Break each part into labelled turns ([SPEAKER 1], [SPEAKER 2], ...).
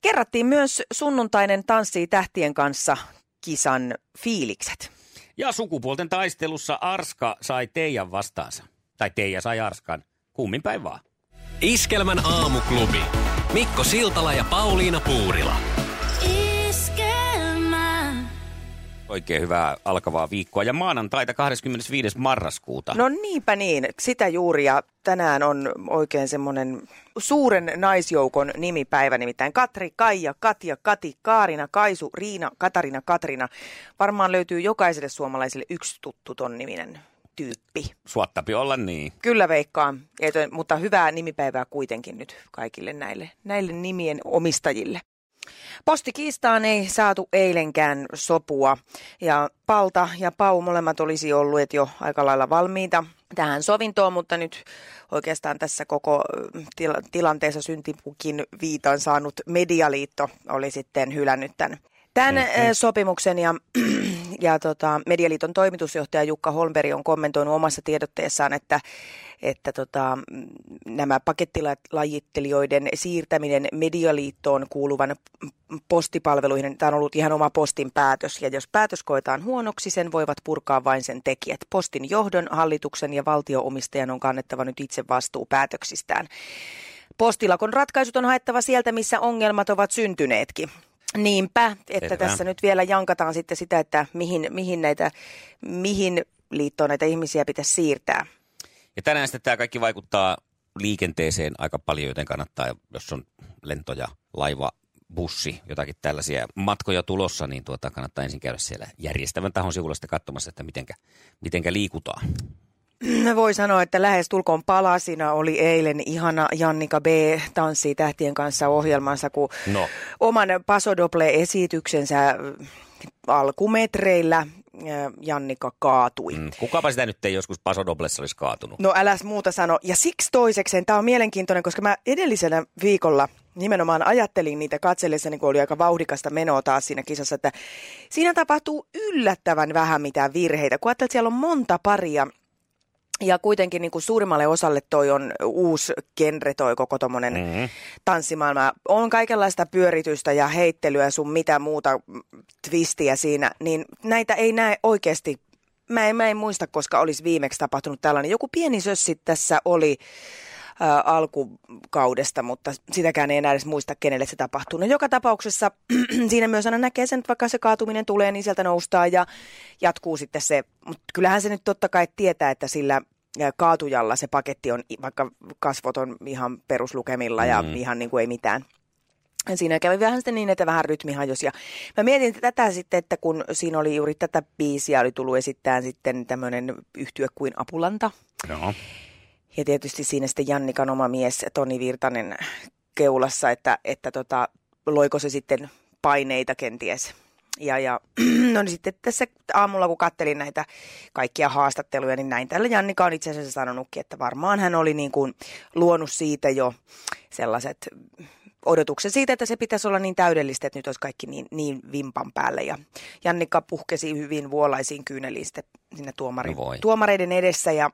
[SPEAKER 1] Kerrattiin myös sunnuntainen Tanssii tähtien kanssa kisan fiilikset.
[SPEAKER 2] Ja sukupuolten taistelussa Arska sai Teijan vastaansa. Tai Teija sai Arskan. Kummin päin vaan.
[SPEAKER 3] Iskelmän aamuklubi. Mikko Siltala ja Pauliina Puurila.
[SPEAKER 4] Iskelmä.
[SPEAKER 2] Oikein hyvää alkavaa viikkoa. Ja maanantaita 25. marraskuuta.
[SPEAKER 1] No niinpä niin, sitä juuri ja tänään on oikein semmoinen suuren naisjoukon nimipäivä, nimittäin Katri, Kaija, Katja, Kati, Kaarina, Kaisu, Riina, Katarina, Katrina. Varmaan löytyy jokaiselle suomalaiselle yksi tuttu ton niminen tyyppi.
[SPEAKER 2] Suottapi olla niin.
[SPEAKER 1] Kyllä veikkaan, Et- mutta hyvää nimipäivää kuitenkin nyt kaikille näille, näille nimien omistajille. Postikiistaan ei saatu eilenkään sopua ja Palta ja Pau molemmat olisi olleet jo aika lailla valmiita tähän sovintoon, mutta nyt oikeastaan tässä koko ö, tila- tilanteessa syntipukin viitan saanut Medialiitto oli sitten hylännyt tämän, tämän mm-hmm. sopimuksen ja ja tota, Medialiiton toimitusjohtaja Jukka Holmberg on kommentoinut omassa tiedotteessaan, että, että tota, mm, nämä pakettilajittelijoiden siirtäminen Medialiittoon kuuluvan p- postipalveluihin, tämä on ollut ihan oma postin päätös, ja jos päätös koetaan huonoksi, sen voivat purkaa vain sen tekijät. Postin johdon, hallituksen ja valtioomistajan on kannettava nyt itse vastuu päätöksistään. Postilakon ratkaisut on haettava sieltä, missä ongelmat ovat syntyneetkin. Niinpä, että
[SPEAKER 2] Selvä.
[SPEAKER 1] tässä nyt vielä jankataan sitten sitä, että mihin, mihin, näitä, mihin liittoon näitä ihmisiä pitäisi siirtää.
[SPEAKER 2] Ja tänään sitten tämä kaikki vaikuttaa liikenteeseen aika paljon, joten kannattaa, jos on lentoja, laiva, bussi, jotakin tällaisia matkoja tulossa, niin tuota, kannattaa ensin käydä siellä järjestävän tahon sivulla sitten katsomassa, että mitenkä, mitenkä liikutaan.
[SPEAKER 1] Voi sanoa, että lähes tulkoon palasina oli eilen ihana Jannika B. Tanssii tähtien kanssa ohjelmansa, kun
[SPEAKER 2] No.
[SPEAKER 1] oman pasodoble-esityksensä mm, alkumetreillä äh, Jannika kaatui.
[SPEAKER 2] Mm, Kukapa sitä nyt ei joskus Paso Doblessa olisi kaatunut.
[SPEAKER 1] No äläs muuta sano. Ja siksi toisekseen, tämä on mielenkiintoinen, koska mä edellisellä viikolla nimenomaan ajattelin niitä katsellessani, kun oli aika vauhdikasta menoa taas siinä kisassa, että siinä tapahtuu yllättävän vähän mitään virheitä, kun ajattelet, että siellä on monta paria, ja kuitenkin niin kuin suurimmalle osalle toi on uusi genre toi koko tommonen mm-hmm. tanssimaailma. On kaikenlaista pyöritystä ja heittelyä sun mitä muuta mm, twistiä siinä, niin näitä ei näe oikeasti. Mä en, mä en muista, koska olisi viimeksi tapahtunut tällainen. Joku pieni sössi tässä oli ä, alkukaudesta, mutta sitäkään ei enää edes muista, kenelle se tapahtuu. No joka tapauksessa siinä myös aina näkee sen, että vaikka se kaatuminen tulee, niin sieltä noustaan ja jatkuu sitten se. Mutta kyllähän se nyt totta kai tietää, että sillä ä, kaatujalla se paketti on i- vaikka kasvot on ihan peruslukemilla ja mm. ihan niin kuin ei mitään. Ja Siinä kävi vähän sitten niin, että vähän rytmi hajosi. Ja mä mietin tätä sitten, että kun siinä oli juuri tätä biisiä, oli tullut esittää sitten tämmöinen yhtye kuin Apulanta.
[SPEAKER 2] Joo.
[SPEAKER 1] Ja tietysti siinä sitten Jannikan oma mies Toni Virtanen keulassa, että, että tota, loiko se sitten paineita kenties. Ja, ja no niin sitten tässä aamulla, kun kattelin näitä kaikkia haastatteluja, niin näin täällä Jannika on itse asiassa sanonutkin, että varmaan hän oli niin kuin luonut siitä jo sellaiset odotuksen siitä, että se pitäisi olla niin täydellistä, että nyt olisi kaikki niin, niin vimpan päälle. Ja Jannika puhkesi hyvin vuolaisiin kyyneliin sitten sinne tuomari,
[SPEAKER 2] No voi.
[SPEAKER 1] tuomareiden edessä ja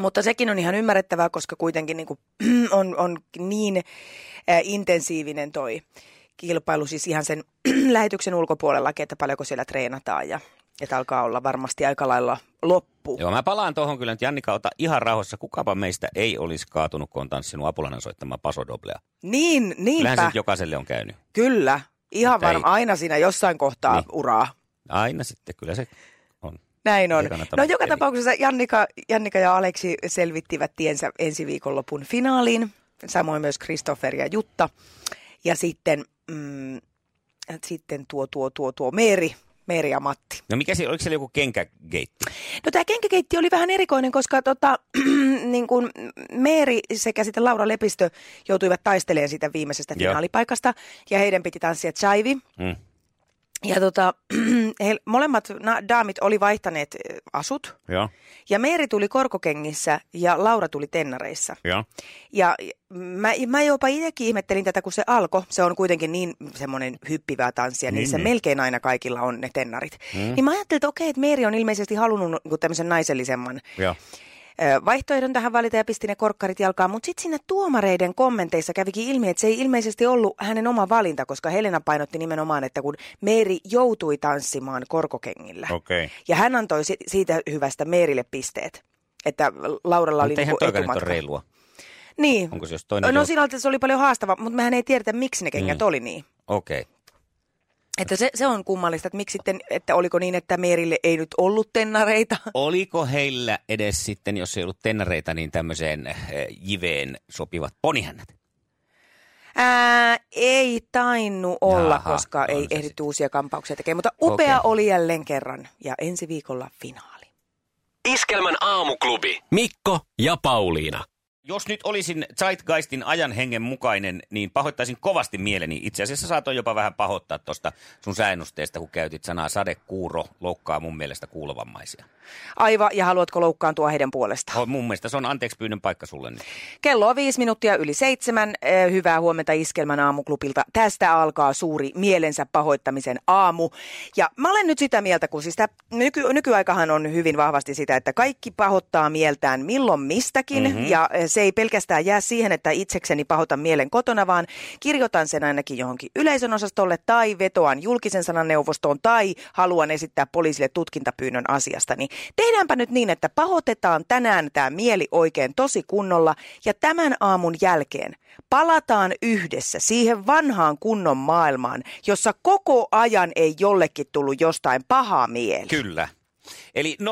[SPEAKER 1] mutta sekin on ihan ymmärrettävää, koska kuitenkin niin kuin, on, on niin äh, intensiivinen toi kilpailu, siis ihan sen lähetyksen ulkopuolellakin, että paljonko siellä treenataan ja että alkaa olla varmasti aika lailla loppu.
[SPEAKER 2] Joo, mä palaan tuohon kyllä nyt Jannika, ota ihan rauhassa. Kukapa meistä ei olisi kaatunut, kun on tanssinut Apulanan soittamaa Paso Doblea.
[SPEAKER 1] Niin,
[SPEAKER 2] Kyllähän se
[SPEAKER 1] niinpä,
[SPEAKER 2] nyt jokaiselle on käynyt.
[SPEAKER 1] kyllä. Ihan
[SPEAKER 2] Mutta ei-
[SPEAKER 1] varmaan aina siinä jossain kohtaa
[SPEAKER 2] Niin.
[SPEAKER 1] niin. uraa. Aina
[SPEAKER 2] Aina sitten, kyllä se on.
[SPEAKER 1] Näin on.
[SPEAKER 2] Ei kannata
[SPEAKER 1] No joka
[SPEAKER 2] väitellä.
[SPEAKER 1] tapauksessa Jannika, Jannika ja Aleksi selvittivät tiensä ensi viikonlopun finaaliin, samoin myös Kristoffer ja Jutta. Ja sitten, mm, sitten tuo, tuo, tuo, tuo Meeri, Meeri ja Matti.
[SPEAKER 2] No mikä siellä, oliko siellä joku kenkägeitti?
[SPEAKER 1] No tämä kenkäkeitti oli vähän erikoinen, koska tota, niin kuin Meeri sekä sitten Laura Lepistö joutuivat taistelemaan siitä viimeisestä
[SPEAKER 2] Joo.
[SPEAKER 1] finaalipaikasta. Ja heidän piti tanssia chaivi.
[SPEAKER 2] Mm.
[SPEAKER 1] Ja tota, he, molemmat na, daamit oli vaihtaneet eh, asut.
[SPEAKER 2] Joo,
[SPEAKER 1] Ja Meeri tuli korkokengissä ja Laura tuli tennareissa.
[SPEAKER 2] joo.
[SPEAKER 1] Ja mä, mä jopa itsekin ihmettelin tätä, kun se alkoi. Se on kuitenkin niin semmoinen hyppivää tanssia, niin,
[SPEAKER 2] Niin,
[SPEAKER 1] niin se
[SPEAKER 2] niin.
[SPEAKER 1] melkein aina kaikilla on ne tennarit. Mm. Niin mä ajattelin, että okei, että Meeri on ilmeisesti halunnut niinku tämmöisen naisellisemman
[SPEAKER 2] joo.
[SPEAKER 1] ö, vaihtoehdon tähän valita ja pisti ne korkkarit jalkaan. Mutta sitten siinä tuomareiden kommenteissa kävikin ilmi, että se ei ilmeisesti ollut hänen oma valinta, koska Helena painotti nimenomaan, että kun Meeri joutui tanssimaan korkokengillä.
[SPEAKER 2] Okei.
[SPEAKER 1] Ja hän antoi si- siitä hyvästä Meerille pisteet. Että Lauralla oli
[SPEAKER 2] Mutta eihän
[SPEAKER 1] niinku
[SPEAKER 2] toikaan nyt
[SPEAKER 1] etumatka.
[SPEAKER 2] ole reilua.
[SPEAKER 1] Niin.
[SPEAKER 2] Onko se jos toinen
[SPEAKER 1] No
[SPEAKER 2] jout-
[SPEAKER 1] sillä lailla, että se oli paljon haastava, mutta mehän ei tiedetä, miksi ne kengät
[SPEAKER 2] Mm.
[SPEAKER 1] oli niin.
[SPEAKER 2] Okei.
[SPEAKER 1] Että se, se on kummallista, että miksi sitten, että oliko niin, että Meerille ei nyt ollut tennareita.
[SPEAKER 2] Oliko heillä edes sitten, jos ei ollut tennareita, niin tämmöiseen äh, jiveen sopivat ponihännät?
[SPEAKER 1] Ää, ei tainnu olla,
[SPEAKER 2] Jaha,
[SPEAKER 1] koska
[SPEAKER 2] on
[SPEAKER 1] ei
[SPEAKER 2] se
[SPEAKER 1] ehditty
[SPEAKER 2] sitten.
[SPEAKER 1] uusia kampauksia tekemään, mutta upea
[SPEAKER 2] Okei.
[SPEAKER 1] oli jälleen kerran ja ensi viikolla finaali.
[SPEAKER 3] Iskelmän aamuklubi. Mikko ja Pauliina.
[SPEAKER 2] Jos nyt olisin Zeitgeistin ajan hengen mukainen, niin pahoittaisin kovasti mieleni. Itse asiassa saatoin jopa vähän pahoittaa tuosta sun säännusteesta, kun käytit sanaa sadekuuro loukkaa mun mielestä kuulovammaisia.
[SPEAKER 1] Aiva, ja haluatko loukkaantua heidän puolestaan?
[SPEAKER 2] Oh, mun mielestä se on anteeksi pyynnön paikka sulle nyt.
[SPEAKER 1] Kello on viisi minuuttia yli seitsemän. Eh, Hyvää huomenta Iskelmän aamuklubilta. Tästä alkaa suuri mielensä pahoittamisen aamu. Ja mä olen nyt sitä mieltä, kun siis tää nyky, nykyaikahan on hyvin vahvasti sitä, että kaikki pahoittaa mieltään milloin mistäkin. Mm-hmm. Ja eh, se ei pelkästään jää siihen, että itsekseni pahoitan mielen kotona, vaan kirjoitan sen ainakin johonkin yleisön osastolle tai vetoan julkisen sanan neuvostoon tai haluan esittää poliisille tutkintapyynnön asiasta. Niin tehdäänpä nyt niin, että pahoitetaan tänään tämä mieli oikein tosi kunnolla ja tämän aamun jälkeen palataan yhdessä siihen vanhaan kunnon maailmaan, jossa koko ajan ei jollekin tullut jostain pahaa mieli.
[SPEAKER 2] Kyllä. Eli 020366800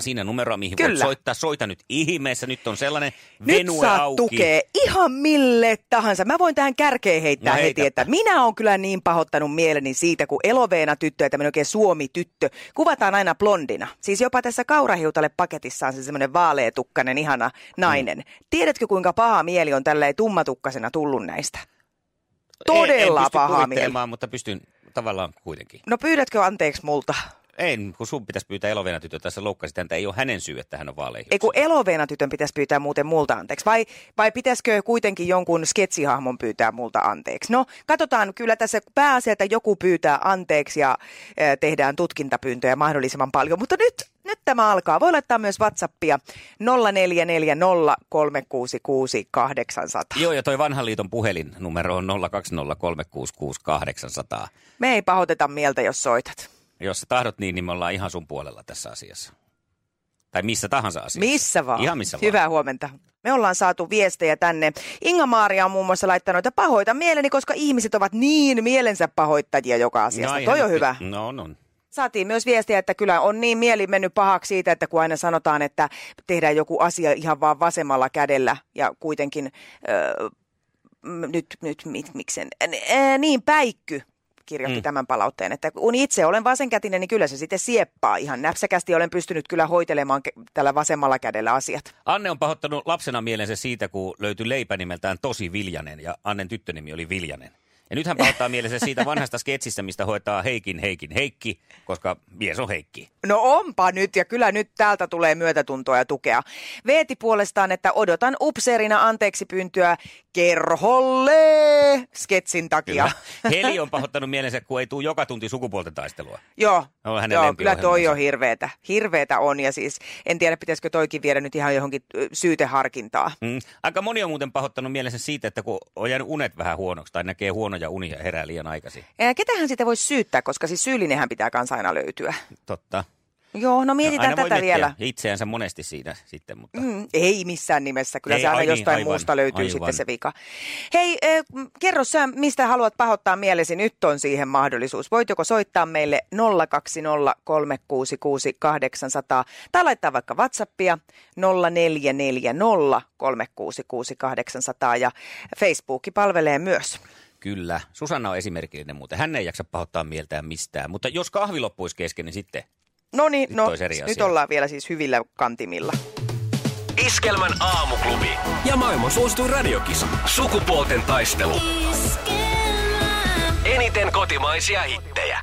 [SPEAKER 2] siinä numeroa, mihin voit
[SPEAKER 1] Kyllä.
[SPEAKER 2] soittaa. Soita nyt ihmeessä. Nyt on sellainen
[SPEAKER 1] Nyt
[SPEAKER 2] venue
[SPEAKER 1] saat
[SPEAKER 2] auki.
[SPEAKER 1] tukea ihan mille tahansa. Mä voin tähän kärkeen heittää
[SPEAKER 2] No
[SPEAKER 1] no heti,
[SPEAKER 2] heitäpä.
[SPEAKER 1] että minä oon kyllä niin pahoittanut mieleni siitä, kun eloveena tyttö ja tämmöinen oikein suomi-tyttö kuvataan aina blondina. Siis jopa tässä kaurahiutalle paketissa on se semmoinen vaaleetukkainen ihana nainen.
[SPEAKER 2] Mm.
[SPEAKER 1] Tiedätkö kuinka paha mieli on tälleen tummatukkaisena tullut näistä?
[SPEAKER 2] en, en
[SPEAKER 1] Todella
[SPEAKER 2] pysty
[SPEAKER 1] paha mieli.
[SPEAKER 2] kuvittelemaan, mutta pystyn tavallaan kuitenkin.
[SPEAKER 1] No pyydätkö anteeksi multa?
[SPEAKER 2] Ei, kun sun pitäisi pyytää eloveena tytö tässä loukkasi häntä. Ei ole hänen syy, että hän on vaaleihin.
[SPEAKER 1] Ei kun eloveena tytön pitäisi pyytää muuten multa anteeksi. Vai, vai pitäisikö kuitenkin jonkun sketsihahmon pyytää multa anteeksi? No, katsotaan kyllä tässä pääasia, että joku pyytää anteeksi ja eh, tehdään tutkintapyyntöjä mahdollisimman paljon. Mutta nyt, nyt tämä alkaa. Voi laittaa myös WhatsAppia 0440366800.
[SPEAKER 2] Joo, ja toi vanhan liiton puhelinnumero on 020366800.
[SPEAKER 1] Me ei pahoiteta mieltä, jos soitat.
[SPEAKER 2] Jos sä tahdot niin, niin me ollaan ihan sun puolella tässä asiassa. Tai missä tahansa asiassa.
[SPEAKER 1] Missä vaan.
[SPEAKER 2] Ihan missä vaan.
[SPEAKER 1] Hyvää huomenta. Me ollaan saatu viestejä tänne. Inga-Maaria on muun muassa laittanut, että pahoita mieleni, koska ihmiset ovat niin mielensä pahoittajia joka asiasta.
[SPEAKER 2] ihan
[SPEAKER 1] Toi on
[SPEAKER 2] nyt-
[SPEAKER 1] hyvä.
[SPEAKER 2] No on, on.
[SPEAKER 1] Saatiin myös viestiä, että kyllä on niin mieli mennyt pahaksi siitä, että kun aina sanotaan, että tehdään joku asia ihan vaan vasemmalla kädellä ja kuitenkin öö, m- nyt, nyt mit, miksen, N- ää, niin päikky kirjoitti mm. tämän palautteen, että kun itse olen vasenkätinen, niin kyllä se sitten sieppaa ihan näpsäkästi. Olen pystynyt kyllä hoitelemaan ke- tällä vasemmalla kädellä asiat.
[SPEAKER 2] Anne on pahoittanut lapsena mielensä siitä, kun löytyi leipä nimeltään Tosi Viljanen ja Annen tyttönimi oli Viljanen. Ja nyt hän pahoittaa mielensä siitä vanhasta sketsistä, mistä hoitaa Heikin Heikin Heikki, koska mies on Heikki.
[SPEAKER 1] No onpa nyt, ja kyllä nyt täältä tulee myötätuntoa ja tukea. Veeti puolestaan, että odotan upseerina anteeksi pyyntöä kerholle sketsin takia.
[SPEAKER 2] Kyllä. Heli on pahoittanut mielensä, kun ei tule joka tunti sukupuolten taistelua.
[SPEAKER 1] Joo,
[SPEAKER 2] No, hänen
[SPEAKER 1] joo kyllä
[SPEAKER 2] lempiohjelmansa.
[SPEAKER 1] toi on hirveetä. Hirveetä on ja siis en tiedä pitäisikö toikin viedä nyt ihan johonkin ö, syyteharkintaa.
[SPEAKER 2] Mm. Aika moni on muuten pahoittanut mielensä siitä, että kun on jäänyt unet vähän huonoksi tai näkee huonoja unia ja herää liian aikaisin.
[SPEAKER 1] Ää, Ketähän sitä voisi syyttää, koska siis syyllinenhän pitää kanssa aina löytyä.
[SPEAKER 2] Totta.
[SPEAKER 1] Joo, no
[SPEAKER 2] No,
[SPEAKER 1] mietitään
[SPEAKER 2] aina voi
[SPEAKER 1] tätä
[SPEAKER 2] miettiä
[SPEAKER 1] vielä.
[SPEAKER 2] Itseänsä monesti siinä sitten, mutta... Mm.
[SPEAKER 1] Mm, ei missään nimessä, kyllä
[SPEAKER 2] Ei,
[SPEAKER 1] se aina
[SPEAKER 2] ai niin,
[SPEAKER 1] jostain
[SPEAKER 2] aivan,
[SPEAKER 1] muusta löytyy
[SPEAKER 2] aivan.
[SPEAKER 1] sitten se vika. Hei, äh, kerro sä, mistä haluat pahoittaa mielesi, nyt on siihen mahdollisuus. Voit joko soittaa meille 020366800 tai laittaa vaikka Whatsappia 0440366800 ja Facebook palvelee myös.
[SPEAKER 2] Kyllä. Susanna on esimerkillinen muuten. Hän ei jaksa pahoittaa mieltään mistään. Mutta jos kahvi loppuisi kesken, niin sitten
[SPEAKER 1] No niin,
[SPEAKER 2] Nyt
[SPEAKER 1] no
[SPEAKER 2] olisi eri
[SPEAKER 1] nyt
[SPEAKER 2] asia.
[SPEAKER 1] ollaan vielä siis hyvillä kantimilla.
[SPEAKER 3] Iskelmän aamuklubi ja maailman suosituin radiokisa. Sukupuolten taistelu. Eniten kotimaisia hittejä.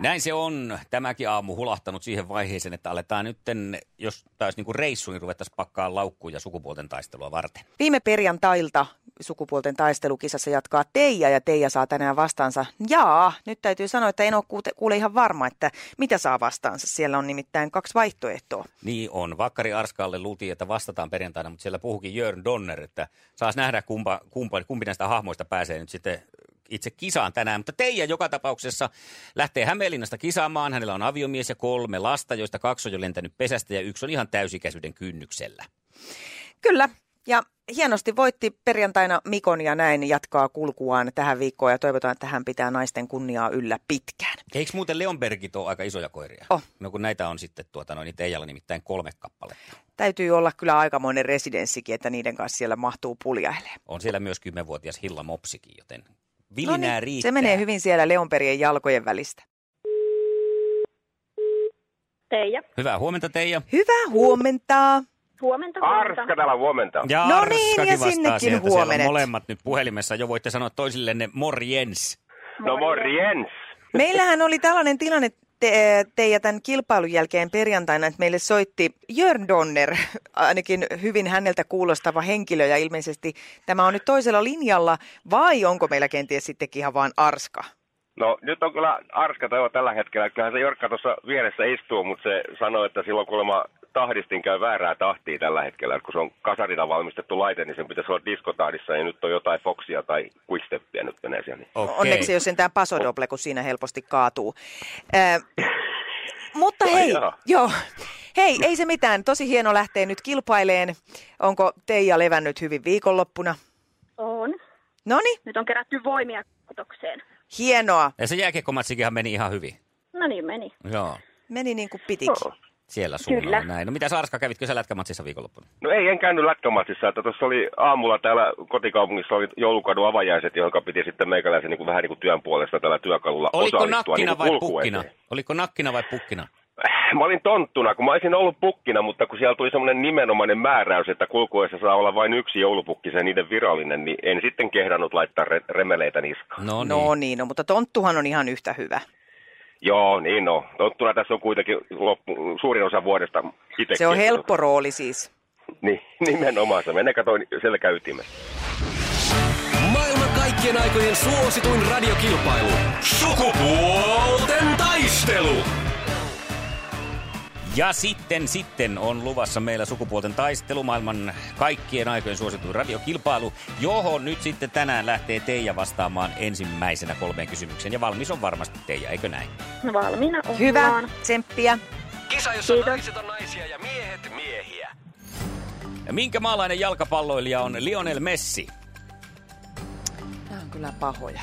[SPEAKER 2] Näin se on tämäkin aamu hulahtanut siihen vaiheeseen, että aletaan nytten, jos taisi niinku reissu, niin ruvettaisiin pakkaa laukkuja sukupuolten taistelua varten.
[SPEAKER 1] Viime perjantailta sukupuolten taistelukisassa jatkaa Teija ja Teija saa tänään vastaansa. Jaa, nyt täytyy sanoa, että en ole kuute- kuule ihan varma, että mitä saa vastaansa. Siellä on nimittäin kaksi vaihtoehtoa.
[SPEAKER 2] Niin on. Vakkari Arskaalle luultiin, että vastataan perjantaina, mutta siellä puhukin Jörn Donner, että saas nähdä kumpa, kumpa, kumpi näistä hahmoista pääsee nyt sitten itse kisaan tänään. Mutta Teija joka tapauksessa lähtee Hämeenlinnasta kisaamaan. Hänellä on aviomies ja kolme lasta, joista kaksi on jo lentänyt pesästä ja yksi on ihan täysikäisyyden kynnyksellä.
[SPEAKER 1] Kyllä, ja hienosti voitti perjantaina Mikon ja näin jatkaa kulkuaan tähän viikkoon ja toivotaan, että hän pitää naisten kunniaa yllä pitkään.
[SPEAKER 2] Eikö muuten Leonbergit ole aika isoja koiria?
[SPEAKER 1] Oh.
[SPEAKER 2] No kun näitä on sitten tuota, no, niin Teijalla nimittäin kolme kappaletta.
[SPEAKER 1] Täytyy olla kyllä aikamoinen residenssikin, että niiden kanssa siellä mahtuu puljailemaan.
[SPEAKER 2] On siellä myös kymmenvuotias Hilla Mopsikin, joten
[SPEAKER 1] No
[SPEAKER 2] vilinää
[SPEAKER 1] niin,
[SPEAKER 2] riittää.
[SPEAKER 1] se menee hyvin siellä Leonperien jalkojen välistä.
[SPEAKER 4] Teija.
[SPEAKER 2] Hyvää huomenta Teija.
[SPEAKER 1] Hyvää huomenta.
[SPEAKER 4] Huomenta,
[SPEAKER 5] Arska
[SPEAKER 4] huomenta.
[SPEAKER 5] täällä huomenta.
[SPEAKER 2] Ja
[SPEAKER 1] No
[SPEAKER 2] Arskakin
[SPEAKER 1] niin, ja
[SPEAKER 2] vastaa
[SPEAKER 1] sinnekin
[SPEAKER 2] sieltä. Siellä on
[SPEAKER 1] huomenet.
[SPEAKER 2] molemmat nyt puhelimessa jo voitte sanoa toisillenne morjens.
[SPEAKER 5] No morjens.
[SPEAKER 1] Meillähän oli tällainen tilanne te, teidän tämän kilpailun jälkeen perjantaina, että meille soitti Jörn Donner, ainakin hyvin häneltä kuulostava henkilö ja ilmeisesti tämä on nyt toisella linjalla vai onko meillä kenties sittenkin ihan vaan arska?
[SPEAKER 5] No nyt on kyllä Arska toivo tällä hetkellä. Kyllähän se Jorkka tuossa vieressä istuu, mutta se sanoi, että silloin kuulemma tahdistin käy väärää tahtia tällä hetkellä. Kun se on kasarina valmistettu laite, niin sen pitäisi olla diskotaadissa ja nyt on jotain Foxia tai Quicksteppiä nyt menee siellä. Niin.
[SPEAKER 2] Okei.
[SPEAKER 1] Onneksi ei ole sentään pasodoble, kun siinä helposti kaatuu. Ö, mutta hei,
[SPEAKER 5] Ai jaa.
[SPEAKER 1] joo. Hei, ei se mitään. Tosi hieno lähtee nyt kilpaileen. Onko Teija levännyt hyvin viikonloppuna?
[SPEAKER 4] On.
[SPEAKER 1] Noni,
[SPEAKER 4] Nyt on kerätty voimia kotokseen.
[SPEAKER 1] hienoa.
[SPEAKER 2] Ja se jääkiekkomatsikinhan meni ihan hyvin.
[SPEAKER 4] No niin, meni.
[SPEAKER 2] Joo,
[SPEAKER 1] Meni niin kuin pitikin.
[SPEAKER 2] siellä suunnalla
[SPEAKER 4] Kyllä.
[SPEAKER 2] näin. No mitä Arska, kävitkö sä lätkämatsissa viikonloppuna?
[SPEAKER 5] No ei, en käynyt lätkämatsissa. Että tuossa oli aamulla täällä kotikaupungissa oli joulukadun avajaiset, johon piti sitten meikäläisen niin kuin, vähän niin kuin työn puolesta tällä työkalulla
[SPEAKER 2] Oliko
[SPEAKER 5] osallistua
[SPEAKER 2] nakkina
[SPEAKER 5] niin
[SPEAKER 2] vai
[SPEAKER 5] kuin
[SPEAKER 2] pukkina?
[SPEAKER 5] kulkueeseen.
[SPEAKER 2] Oliko nakkina vai pukkina?
[SPEAKER 5] Mä olin tonttuna, kun mä olisin ollut pukkina, mutta kun siellä tuli semmoinen nimenomainen määräys, että kulkuessa saa olla vain yksi joulupukki, se niiden virallinen, niin en sitten kehdannut laittaa re- remeleitä niskaan.
[SPEAKER 2] No niin.
[SPEAKER 1] No niin, no, mutta tonttuhan on ihan yhtä hyvä.
[SPEAKER 5] Joo, niin no. Tottuna tässä on kuitenkin loppu, suurin osa vuodesta itse.
[SPEAKER 1] Se on helppo rooli siis.
[SPEAKER 5] Niin, nimenomaan se. Mennä katoin selkäytimessä.
[SPEAKER 3] Maailman kaikkien aikojen suosituin radiokilpailu. Sukupuolten taistelu.
[SPEAKER 2] Ja sitten, sitten on luvassa meillä sukupuolten taistelu, maailman kaikkien aikojen suosituin radiokilpailu, johon nyt sitten tänään lähtee Teija vastaamaan ensimmäisenä kolmeen kysymykseen. Ja valmis on varmasti Teija, eikö näin?
[SPEAKER 4] No, Valmiina ollaan.
[SPEAKER 1] Hyvä, tsemppiä.
[SPEAKER 3] Kisa, jossa
[SPEAKER 4] Kiitos.
[SPEAKER 3] naiset on naisia ja miehet miehiä.
[SPEAKER 2] Ja minkä maalainen jalkapalloilija on Lionel Messi?
[SPEAKER 1] Nämä on kyllä pahoja.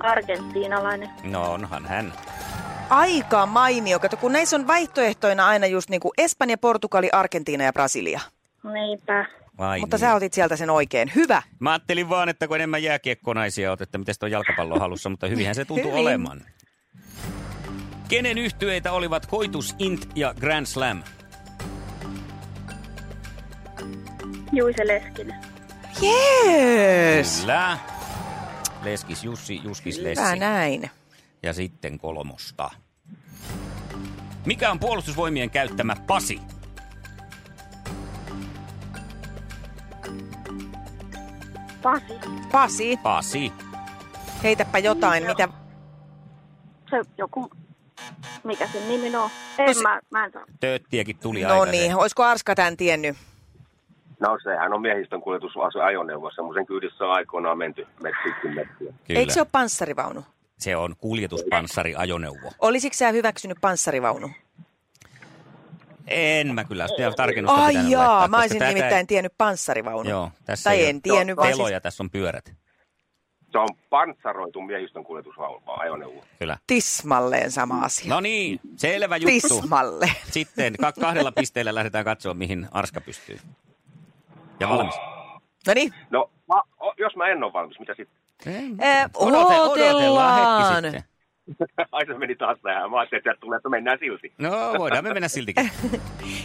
[SPEAKER 4] Argentiinalainen.
[SPEAKER 2] No onhan hän.
[SPEAKER 1] Aika mainio. Kato, kun näissä on vaihtoehtoina aina just niin kuin Espanja, Portugali, Argentiina ja Brasilia.
[SPEAKER 4] Niinpä.
[SPEAKER 2] Vai
[SPEAKER 1] Mutta
[SPEAKER 2] niin.
[SPEAKER 1] sä otit sieltä sen oikein. Hyvä.
[SPEAKER 2] Mä ajattelin vaan, että kun enemmän jääkiekkonaisia oot, että miten on jalkapallo halussa, mutta hyvinhän se tuntuu
[SPEAKER 1] Hyvin.
[SPEAKER 2] olemaan. Kenen yhtyeitä olivat Koitus Int ja Grand Slam?
[SPEAKER 4] Juise Leskinen.
[SPEAKER 1] Jees.
[SPEAKER 2] Kyllä. Leskis Jussi, Juskis
[SPEAKER 1] Hyvä
[SPEAKER 2] Lessi.
[SPEAKER 1] näin.
[SPEAKER 2] Ja sitten kolmosta. Mikä on puolustusvoimien käyttämä pasi?
[SPEAKER 4] Pasi.
[SPEAKER 1] Pasi,
[SPEAKER 2] Pasi.
[SPEAKER 1] heitäpä jotain, mitä...
[SPEAKER 4] Se joku... Mikä sen nimi on? En
[SPEAKER 1] No se-
[SPEAKER 4] mä, mä en saa.
[SPEAKER 2] Tööttiäkin tuli
[SPEAKER 1] No
[SPEAKER 2] aika se.
[SPEAKER 1] niin, olisiko Arska tämän tiennyt?
[SPEAKER 5] No sehän on miehistön kuljetusajoneuvo. Semmoisen kyydissä on aikoinaan menty metsikin metsiä.
[SPEAKER 2] Kyllä.
[SPEAKER 1] Eikö se ole panssarivaunu?
[SPEAKER 2] se on kuljetuspanssariajoneuvo.
[SPEAKER 1] Olisitko sä hyväksynyt panssarivaunu?
[SPEAKER 2] En mä kyllä sitä tarkennusta
[SPEAKER 1] Ai
[SPEAKER 2] pitänyt
[SPEAKER 1] jaa,
[SPEAKER 2] laittaa,
[SPEAKER 1] mä
[SPEAKER 2] koska
[SPEAKER 1] olisin
[SPEAKER 2] tätä ei-
[SPEAKER 1] nimittäin tiennyt panssarivaunu.
[SPEAKER 2] Joo, tässä
[SPEAKER 1] Tai
[SPEAKER 2] ei
[SPEAKER 1] en
[SPEAKER 2] ole
[SPEAKER 1] tiennyt, vaan siis
[SPEAKER 2] Teloja, tässä on pyörät.
[SPEAKER 5] Se on panssaroitu miehistön kuljetusajoneuvo.
[SPEAKER 2] Kyllä.
[SPEAKER 1] tismalleen sama asia.
[SPEAKER 2] No niin, selvä juttu.
[SPEAKER 1] Tismalleen.
[SPEAKER 2] Sitten ka- kahdella pisteellä lähdetään katsoa, mihin Arska pystyy. Ja valmis.
[SPEAKER 1] No niin,
[SPEAKER 5] No, mä, o, ole, jos mä en ole valmis, mitä sitten?
[SPEAKER 1] Eh, odotellaan.
[SPEAKER 2] hetki sitten.
[SPEAKER 5] Ai se meni taas tähän. Mä ajattelin, että sieltä tulee, että mennään silti.
[SPEAKER 2] No, voidaan me mennä siltikin.
[SPEAKER 1] Eh,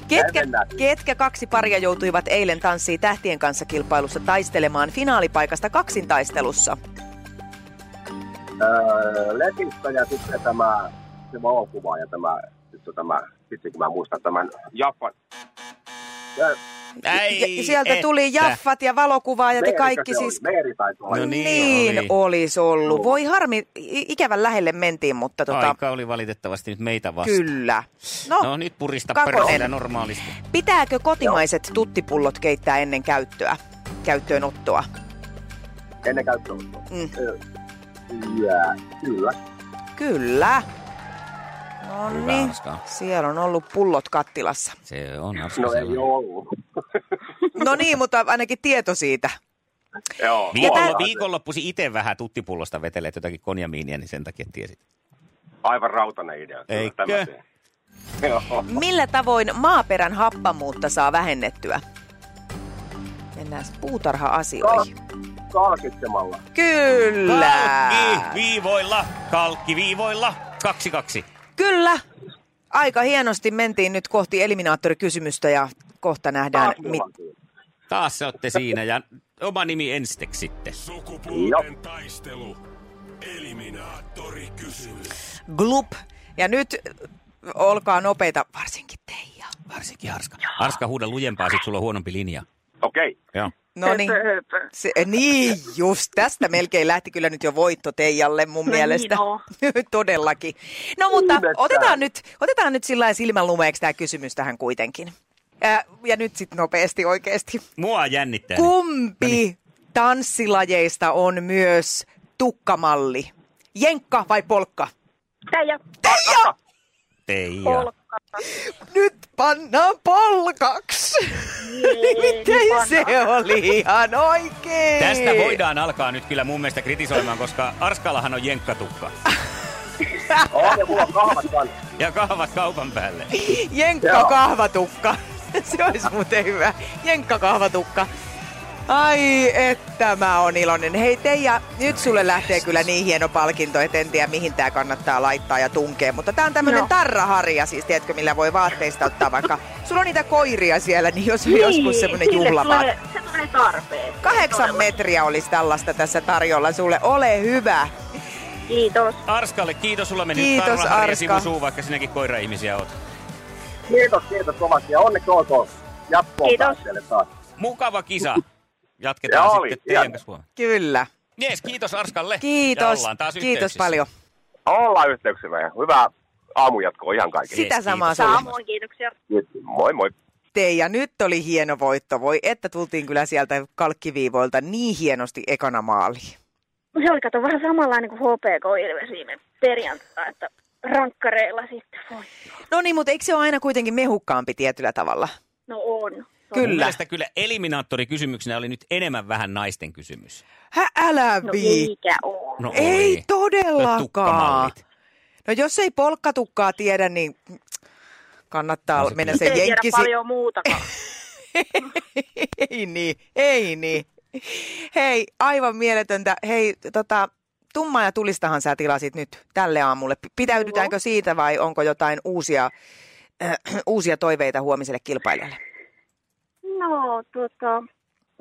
[SPEAKER 1] Ketkä,
[SPEAKER 5] Mennään.
[SPEAKER 1] ketkä kaksi paria joutuivat eilen tanssii tähtien kanssa kilpailussa taistelemaan finaalipaikasta kaksintaistelussa?
[SPEAKER 5] Öö, Letistä ja sitten tämä, se valokuva ja tämä, sitten tämä, sitten kun mä muistan tämän Japan. Öö,
[SPEAKER 2] Ei,
[SPEAKER 1] ja, sieltä tuli
[SPEAKER 2] että.
[SPEAKER 1] jaffat ja valokuvaajat ja
[SPEAKER 5] Meerikö
[SPEAKER 1] kaikki
[SPEAKER 5] se
[SPEAKER 1] siis...
[SPEAKER 5] Oli? Meeri taisi olla.
[SPEAKER 2] No niin,
[SPEAKER 1] niin
[SPEAKER 2] oli.
[SPEAKER 1] olisi ollut. Voi harmi, i- ikävän lähelle mentiin, mutta tota,
[SPEAKER 2] Aika oli valitettavasti nyt meitä vastaan.
[SPEAKER 1] kyllä. No,
[SPEAKER 2] No, niin. no nyt purista
[SPEAKER 1] Kakonen.
[SPEAKER 2] perheellä normaalisti.
[SPEAKER 1] pitääkö kotimaiset tuttipullot keittää ennen käyttöä, käyttöönottoa?
[SPEAKER 5] Ennen käyttöön.
[SPEAKER 1] Mm.
[SPEAKER 5] Mm. Yeah, kyllä.
[SPEAKER 1] Kyllä. No
[SPEAKER 2] Hyvä,
[SPEAKER 1] niin,
[SPEAKER 2] Aska.
[SPEAKER 1] siellä on ollut pullot kattilassa.
[SPEAKER 2] Se on Aska
[SPEAKER 5] No ei
[SPEAKER 2] sellainen.
[SPEAKER 5] ollut.
[SPEAKER 1] No niin, mutta ainakin tieto siitä.
[SPEAKER 5] Joo.
[SPEAKER 2] Viikolla,
[SPEAKER 1] tää-
[SPEAKER 2] viikonloppusi itse vähän tuttipullosta vetelet jotakin konjamiinia, niin sen takia tiesit.
[SPEAKER 5] Aivan rautainen idea. Kyllä,
[SPEAKER 2] Eikö?
[SPEAKER 5] tämä se. Joo.
[SPEAKER 1] Millä tavoin maaperän happamuutta saa vähennettyä? Mennään puutarha-asioihin.
[SPEAKER 5] Kalkitsemalla.
[SPEAKER 1] Kyllä.
[SPEAKER 2] Kalkkiviivoilla, kalkkiviivoilla, kaksi kaksi.
[SPEAKER 1] Kyllä. Aika hienosti mentiin nyt kohti eliminaattorikysymystä ja kohta nähdään,
[SPEAKER 5] Taas
[SPEAKER 1] mit,
[SPEAKER 5] luvattiin.
[SPEAKER 2] Taas se olette siinä ja oma nimi ensteksi sitten.
[SPEAKER 6] Sukupuolten taistelu. Eliminaattori kysymys.
[SPEAKER 1] Glup. Ja nyt olkaa nopeita, varsinkin Teija.
[SPEAKER 2] Varsinkin Arska. Arska huuda lujempaa, sit sulla on huonompi linja.
[SPEAKER 5] Okei.
[SPEAKER 2] Joo.
[SPEAKER 1] No niin.
[SPEAKER 4] Höpö, höpö.
[SPEAKER 1] Se, niin, just tästä melkein lähti kyllä nyt jo voitto Teijalle mun
[SPEAKER 4] No niin,
[SPEAKER 1] mielestä.
[SPEAKER 4] no.
[SPEAKER 1] Todellakin. No
[SPEAKER 2] Niin,
[SPEAKER 1] mutta
[SPEAKER 5] Ihmettä.
[SPEAKER 1] otetaan nyt, otetaan nyt sillä lailla silmänlumeeksi tämä kysymys tähän kuitenkin. Ää, ja nyt sitten nopeasti oikeasti.
[SPEAKER 2] Mua jännittää. nyt.
[SPEAKER 1] Kumpi tanssilajeista on myös tukkamalli? Jenkka vai polkka?
[SPEAKER 4] Teija,
[SPEAKER 1] Teija!
[SPEAKER 2] Teija.
[SPEAKER 4] polkka.
[SPEAKER 1] Nyt pannaan polkaksi. Miten se oli ihan oikein?
[SPEAKER 2] Tästä voidaan alkaa nyt kyllä mun mielestä kritisoimaan, koska Arskallahan on jenkkatukka.
[SPEAKER 5] Okay. ja mulla on kahvat kanssa.
[SPEAKER 2] Ja kahvat kaupan päälle.
[SPEAKER 1] Jenkka
[SPEAKER 5] Joo.
[SPEAKER 1] kahvatukka. Se olisi muuten hyvä. Jenkka kahvatukka. Ai, että mä oon iloinen. Hei Teija, nyt sulle lähtee kyllä niin hieno palkinto, että en tiedä mihin tää kannattaa laittaa ja tunkea. Mutta tää on tämmönen
[SPEAKER 4] No.
[SPEAKER 1] tarraharja siis, tiedätkö, millä voi vaatteista ottaa vaikka. Sulla on niitä koiria siellä, niin jos on
[SPEAKER 4] Niin,
[SPEAKER 1] joskus semmonen
[SPEAKER 4] sille
[SPEAKER 1] juhlamaat.
[SPEAKER 4] tulee- Se tulee tarpeen.
[SPEAKER 1] Kahdeksan
[SPEAKER 4] Todella.
[SPEAKER 1] metriä olisi tällaista tässä tarjolla sulle. Ole hyvä.
[SPEAKER 4] Kiitos.
[SPEAKER 2] Arskalle kiitos, sulla meni
[SPEAKER 1] Kiitos, Arska.
[SPEAKER 2] Sivu vaikka sinäkin koira-ihmisiä oot.
[SPEAKER 5] Kiitos, kiitos kovasti ja onneksi olkoon. Jatkoon
[SPEAKER 4] Kiitos.
[SPEAKER 5] taas teille taas.
[SPEAKER 2] Mukava kisa. Jatketaan
[SPEAKER 5] Ja
[SPEAKER 2] ja
[SPEAKER 5] oli,
[SPEAKER 2] sitten teidän
[SPEAKER 5] hieno.
[SPEAKER 2] kanssa huomenna.
[SPEAKER 1] Kyllä.
[SPEAKER 2] Jees, kiitos Arskalle. Ja
[SPEAKER 1] Kiitos.
[SPEAKER 2] ollaan taas
[SPEAKER 1] Kiitos
[SPEAKER 2] yhteyksissä.
[SPEAKER 1] paljon.
[SPEAKER 5] Ollaan yhteyksillä ja hyvää aamujatkoa ihan kaikille.
[SPEAKER 1] Sitä
[SPEAKER 2] Jees,
[SPEAKER 1] samaa
[SPEAKER 2] kiitos.
[SPEAKER 1] sulle.
[SPEAKER 4] Samoin kiitoksia.
[SPEAKER 5] Kiitos. Moi moi.
[SPEAKER 1] sitten ja nyt oli hieno voitto. Voi että tultiin kyllä sieltä kalkkiviivoilta niin hienosti ekana maaliin.
[SPEAKER 4] Se oli kato vähän samanlainen kuin HPK Ilves viime perjantai, että rankkareilla sitten voi.
[SPEAKER 1] No niin, mutta eikö se ole aina kuitenkin mehukkaampi tietyllä tavalla?
[SPEAKER 4] No on.
[SPEAKER 2] Mun
[SPEAKER 1] Kyllä.
[SPEAKER 2] mielestä kyllä eliminaattorikysymyksenä oli nyt enemmän vähän naisten kysymys.
[SPEAKER 1] Hä, älä
[SPEAKER 4] No
[SPEAKER 1] vii.
[SPEAKER 4] eikä oo.
[SPEAKER 2] No
[SPEAKER 1] ei
[SPEAKER 2] oli.
[SPEAKER 1] todellakaan.
[SPEAKER 2] Tukkamallit.
[SPEAKER 1] No jos ei polkkatukkaa tiedä, niin kannattaa
[SPEAKER 2] No se
[SPEAKER 1] mennä
[SPEAKER 2] kyllä.
[SPEAKER 4] Se
[SPEAKER 1] sen
[SPEAKER 4] ei tiedä
[SPEAKER 1] jenkkisi.
[SPEAKER 4] paljon muutakaan.
[SPEAKER 1] ei niin, ei niin. Hei, aivan mieletöntä. Hei, tota, tummaa ja tulistahan sä tilasit nyt tälle aamulle. P- Pitäydytäänkö siitä vai onko jotain uusia, äh, uusia toiveita huomiselle kilpailijalle?
[SPEAKER 4] No, tota,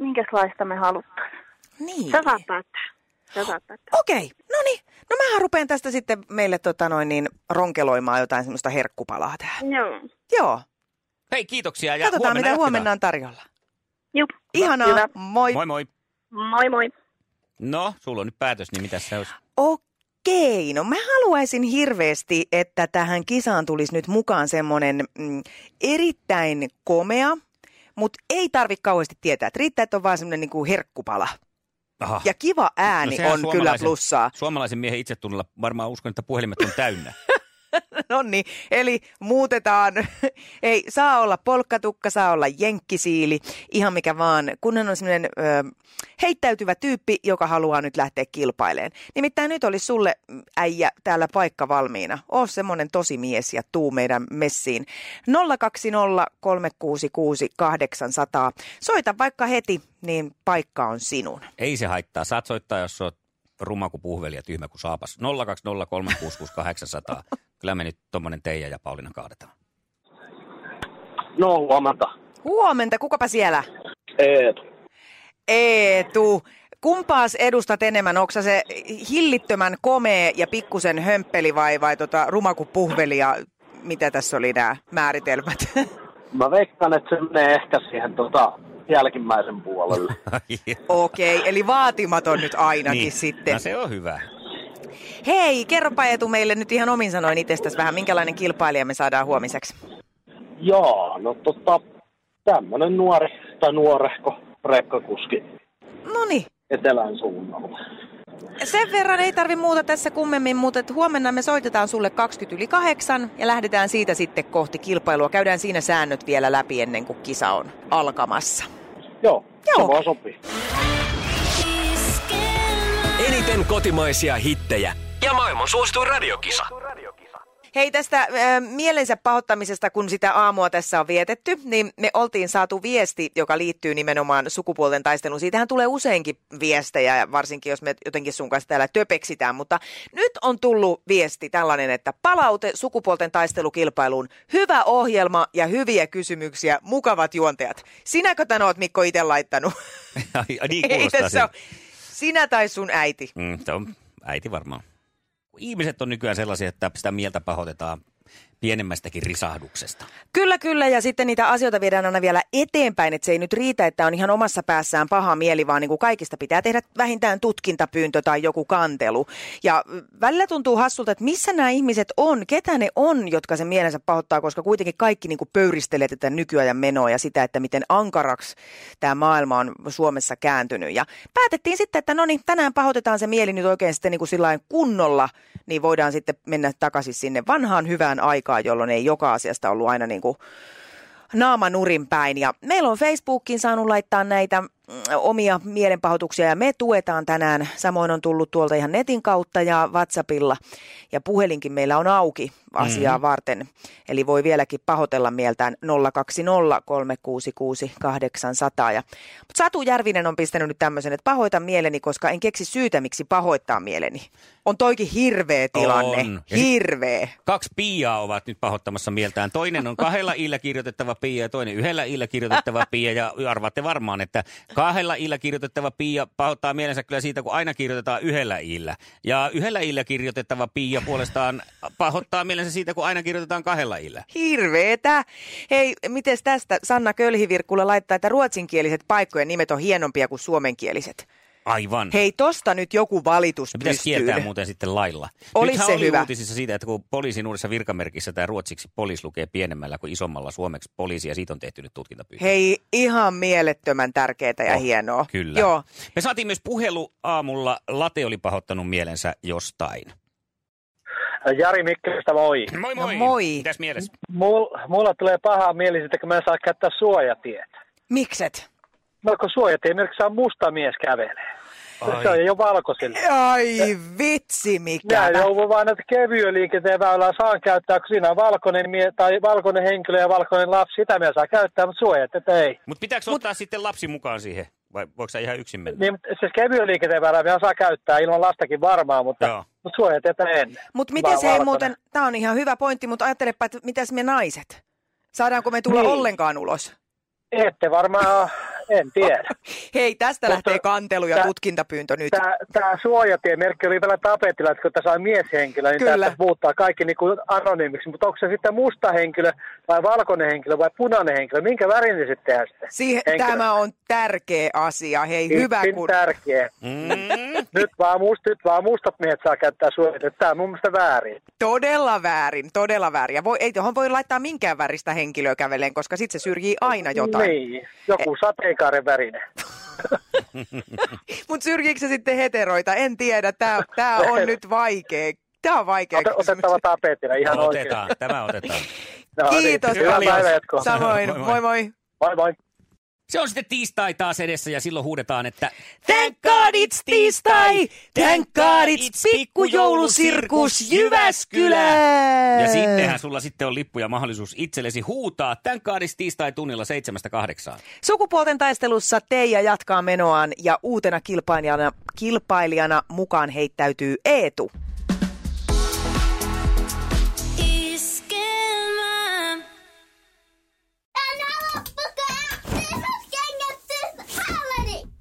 [SPEAKER 4] minkäslaista me halutaan?
[SPEAKER 1] Niin.
[SPEAKER 4] Sä saat päättää. Sä saat päättää.
[SPEAKER 1] Okei, no niin. No mähän rupean tästä sitten meille tota noin, niin, ronkeloimaan jotain semmoista herkkupalaa tähän.
[SPEAKER 4] Joo.
[SPEAKER 1] Joo,
[SPEAKER 2] Hei, kiitoksia ja
[SPEAKER 1] katsotaan
[SPEAKER 2] huomenna
[SPEAKER 1] mitä
[SPEAKER 2] jatketaan.
[SPEAKER 1] huomenna on
[SPEAKER 4] No
[SPEAKER 1] tarjolla.
[SPEAKER 4] Jup.
[SPEAKER 1] Ihanaa,
[SPEAKER 4] Hyvä.
[SPEAKER 1] moi.
[SPEAKER 2] Moi moi.
[SPEAKER 4] Moi moi.
[SPEAKER 2] No, sulla on nyt päätös, niin mitä se olisi?
[SPEAKER 1] Okei, no mä haluaisin hirveästi, että tähän kisaan tulisi nyt mukaan semmoinen mm, erittäin komea, mutta ei tarvi kauheasti tietää. Että riittää, että on vaan semmoinen niin herkkupala.
[SPEAKER 2] Aha.
[SPEAKER 1] Ja kiva ääni
[SPEAKER 2] No sehän
[SPEAKER 1] on kyllä
[SPEAKER 2] suomalaisen-
[SPEAKER 1] plussaa.
[SPEAKER 2] Suomalaisen miehen itsetunnolla varmaan uskon, että puhelimet on täynnä.
[SPEAKER 1] no niin, eli muutetaan. Ei, saa olla polkkatukka, saa olla jenkkisiili, ihan mikä vaan. Kunhan on semmoinen ö, heittäytyvä tyyppi, joka haluaa nyt lähteä kilpaileen. Nimittäin nyt olisi sulle, mm, äijä, täällä paikka valmiina. Oo semmoinen tosi mies ja tuu meidän messiin. 020 366 800. Soita vaikka heti, niin paikka on sinun.
[SPEAKER 2] Ei se haittaa. Saat soittaa, jos oot ruma kuin puhveli ja tyhmä kuin saapas. 020366800. Kyllä me nyt tommonen Teija ja Pauliina kaadetaan.
[SPEAKER 7] No huomenta.
[SPEAKER 1] Huomenta, kukapa siellä?
[SPEAKER 7] Eetu.
[SPEAKER 1] Eetu, kumpaas edustat enemmän? Onko sä se hillittömän komea ja pikkusen hömppeli vai, vai tota, ruma kuin puhveli ja mitä tässä oli nämä määritelmät?
[SPEAKER 7] Mä veikkaan, että se menee ehkä siihen tota, jälkimmäisen puolelle.
[SPEAKER 1] Okei, okay, eli vaatimaton nyt ainakin niin. sitten.
[SPEAKER 2] No se on hyvä.
[SPEAKER 1] Hei, kerropa Eetu meille nyt ihan omin sanoin itsestäsi vähän, minkälainen kilpailija me saadaan huomiseksi.
[SPEAKER 7] Joo, no tota, tämmönen nuori tai nuorehko rekkakuski
[SPEAKER 1] Noni,
[SPEAKER 7] etelän suunnalla.
[SPEAKER 1] sen verran ei tarvi muuta tässä kummemmin, mutta et huomenna me soitetaan sulle 20 yli 8 ja lähdetään siitä sitten kohti kilpailua. Käydään siinä säännöt vielä läpi ennen kuin kisa on alkamassa.
[SPEAKER 7] Joo,
[SPEAKER 1] Joo.
[SPEAKER 7] se vaan sopii.
[SPEAKER 3] Eniten kotimaisia hittejä ja maailman suosituin radiokisa.
[SPEAKER 1] Hei tästä äh, mielensä pahoittamisesta, kun sitä aamua tässä on vietetty, niin me oltiin saatu viesti, joka liittyy nimenomaan sukupuolten taisteluun. Siitähän tulee useinkin viestejä, ja varsinkin jos me jotenkin sun kanssa täällä töpeksitään, mutta nyt on tullut viesti tällainen, että palaute sukupuolten taistelukilpailuun. Hyvä ohjelma ja hyviä kysymyksiä, mukavat juontajat. Sinäkö tän oot Mikko itse laittanut?
[SPEAKER 2] Ai, niin
[SPEAKER 1] Ei
[SPEAKER 2] kuulostaa
[SPEAKER 1] tässä
[SPEAKER 2] se.
[SPEAKER 1] ole. Sinä tai sun äiti.
[SPEAKER 2] Mm, se on äiti varmaan. Ihmiset on nykyään sellaisia, että sitä mieltä pahoitetaan pienemmästäkin risahduksesta.
[SPEAKER 1] Kyllä, kyllä. Ja sitten niitä asioita viedään aina vielä eteenpäin, että se ei nyt riitä, että on ihan omassa päässään paha mieli, vaan niin kuin kaikista pitää tehdä vähintään tutkintapyyntö tai joku kantelu. Ja mm, välillä tuntuu hassulta, että missä nämä ihmiset on, ketä ne on, jotka sen mielensä pahoittaa, koska kuitenkin kaikki niin kuin pöyristelee tätä nykyajan menoa ja sitä, että miten ankaraksi tämä maailma on Suomessa kääntynyt. Ja päätettiin sitten, että no niin, tänään pahoitetaan se mieli nyt oikein sitten niin kuin sillain kunnolla, niin voidaan sitten mennä takaisin sinne vanhaan hyvään aikaan, jolloin ei joka asiasta ollut aina niin kuin naama nurin päin. Ja meillä on Facebookiin saanut laittaa näitä mm, omia mielenpahoituksia ja me tuetaan tänään. Samoin on tullut tuolta ihan netin kautta ja WhatsAppilla ja puhelinkin meillä on auki asiaa
[SPEAKER 2] Mhm.
[SPEAKER 1] mm-hmm. varten. Eli voi vieläkin pahoitella mieltään 020 366 800. Ja, mutta Satu Järvinen on pistänyt nyt tämmöisen, että pahoitan mieleni, koska en keksi syytä, miksi pahoittaa mieleni. On toikin hirveä tilanne.
[SPEAKER 2] On. Ja sit-
[SPEAKER 1] Hirveä.
[SPEAKER 2] Kaksi piiaa ovat nyt pahoittamassa mieltään. Toinen on kahdella iillä kirjoitettava piia ja toinen yhdellä iillä kirjoitettava piia. Ja arvaatte varmaan, että kahdella iillä kirjoitettava piia pahoittaa mielensä kyllä siitä, kun aina kirjoitetaan yhdellä iillä. Ja yhdellä iillä kirjoitettava piia puolestaan pahoittaa mielensä siitä, kun aina kirjoitetaan kahdella iillä.
[SPEAKER 1] Hirveetä. Hei, miten tästä? Sanna Kölhivirkkula laittaa, että ruotsinkieliset paikkojen nimet on hienompia kuin suomenkieliset.
[SPEAKER 2] Aivan.
[SPEAKER 1] Hei, tosta nyt joku valitus
[SPEAKER 2] Se pitäisi
[SPEAKER 1] pystyyn.
[SPEAKER 2] kieltää muuten sitten lailla.
[SPEAKER 1] Olisi
[SPEAKER 2] Nythän
[SPEAKER 1] se
[SPEAKER 2] oli
[SPEAKER 1] hyvä.
[SPEAKER 2] uutisissa siitä, että kun poliisin uudessa virkamerkissä tämä ruotsiksi poliisi lukee pienemmällä kuin isommalla suomeksi poliisi ja siitä on tehty nyt tutkintapyyntö.
[SPEAKER 1] Hei, ihan mielettömän tärkeää ja
[SPEAKER 2] Oh,
[SPEAKER 1] hienoa.
[SPEAKER 2] Kyllä.
[SPEAKER 1] Joo.
[SPEAKER 2] Me saatiin myös puhelu aamulla. Late oli pahoittanut mielensä jostain.
[SPEAKER 7] Jari Mikkelistä moi.
[SPEAKER 2] Moi
[SPEAKER 1] No
[SPEAKER 2] moi.
[SPEAKER 1] moi.
[SPEAKER 2] Mitäs mielessä?
[SPEAKER 7] Mul, mulla tulee pahaa mieli siitä, kun mä en saa käyttää suojatietä.
[SPEAKER 1] Mikset?
[SPEAKER 7] No kun suojatie merkissä on musta mies kävelee. Se on jo valkoisille.
[SPEAKER 1] Ai vitsi, mikä.
[SPEAKER 7] Minä joudun vaan näitä kevyen liikenteen väylää saan käyttää, kun siinä on valkoinen, mie- tai valkoinen henkilö ja valkoinen lapsi. Sitä minä saa käyttää, mutta suojat ei.
[SPEAKER 2] Mutta pitääkö ottaa sitten lapsi mukaan siihen? Vai voiko sä ihan yksin mennä?
[SPEAKER 7] Niin, mutta siis kevyen liikenteen väylää minä saa käyttää ilman lastakin varmaan,
[SPEAKER 2] Joo.
[SPEAKER 7] mutta, mutta suojat en.
[SPEAKER 1] Mutta
[SPEAKER 7] Mä
[SPEAKER 1] miten
[SPEAKER 7] oon
[SPEAKER 1] se ei
[SPEAKER 7] valkoinen.
[SPEAKER 1] muuten, tämä on ihan hyvä pointti, mutta ajattelepa, että mitäs me naiset? Saadaanko me tulla
[SPEAKER 7] Niin.
[SPEAKER 1] ollenkaan ulos?
[SPEAKER 7] Ette varmaan, en tiedä.
[SPEAKER 1] Hei, tästä
[SPEAKER 7] Mutta
[SPEAKER 1] lähtee kantelu ja
[SPEAKER 7] tää-
[SPEAKER 1] tutkintapyyntö nyt.
[SPEAKER 7] Tämä, tämä suojatiemerkki oli vielä tapetilla, että kun tässä on mieshenkilö, niin
[SPEAKER 1] Kyllä.
[SPEAKER 7] Kyllä. tämä pitäisi muuttaa kaikki niin kuin anonyymiksi. Mutta onko se sitten musta henkilö vai valkoinen henkilö vai punainen henkilö? Minkä värin se sitten on sitten?
[SPEAKER 1] Siihen,
[SPEAKER 7] Henkilö.
[SPEAKER 1] tämä on tärkeä asia. Hei, hyvä
[SPEAKER 7] Hyvin
[SPEAKER 1] kun...
[SPEAKER 7] tärkeä.
[SPEAKER 2] Mm.
[SPEAKER 7] Nyt vaan, must, nyt vaan mustat miehet saa käyttää suojatietä. Tämä on mun mielestä väärin.
[SPEAKER 1] Todella väärin, todella väärin. Ja voi, ei tuohon voi laittaa minkään väristä henkilöä käveleen, koska sitten se syrjii aina jotain. Eh.
[SPEAKER 7] Niin, joku sateenkaaren värinen.
[SPEAKER 1] Mutta syrjiikö se sitten heteroita? En tiedä, tämä on nyt vaikea Tämä on vaikea
[SPEAKER 7] Ota,
[SPEAKER 1] kysymys.
[SPEAKER 7] otettava tapetilla ihan oikein.
[SPEAKER 2] Otetaan, tämä otetaan.
[SPEAKER 7] No niin,
[SPEAKER 1] Kiitos
[SPEAKER 7] Hyvää
[SPEAKER 1] paljon.
[SPEAKER 7] päivää jatkoa.
[SPEAKER 1] Samoin.
[SPEAKER 2] Moi, moi.
[SPEAKER 1] Moi moi. moi, moi.
[SPEAKER 7] Moi moi.
[SPEAKER 2] Se on sitten tiistai taas edessä ja silloin huudetaan, että
[SPEAKER 1] Thank God it's tiistai! Thank God it's pikkujoulusirkus Jyväskylä!
[SPEAKER 2] Ja sittenhän sulla sitten on lippu ja mahdollisuus itsellesi huutaa Thank God it's tiistai tunnilla seitsemästä kahdeksaan.
[SPEAKER 1] Sukupuolten taistelussa Teija jatkaa menoaan ja uutena kilpailijana, kilpailijana mukaan heittäytyy Eetu.
[SPEAKER 8] Iskelmään. En halua pukea. Tisat kengät, tisat hallani.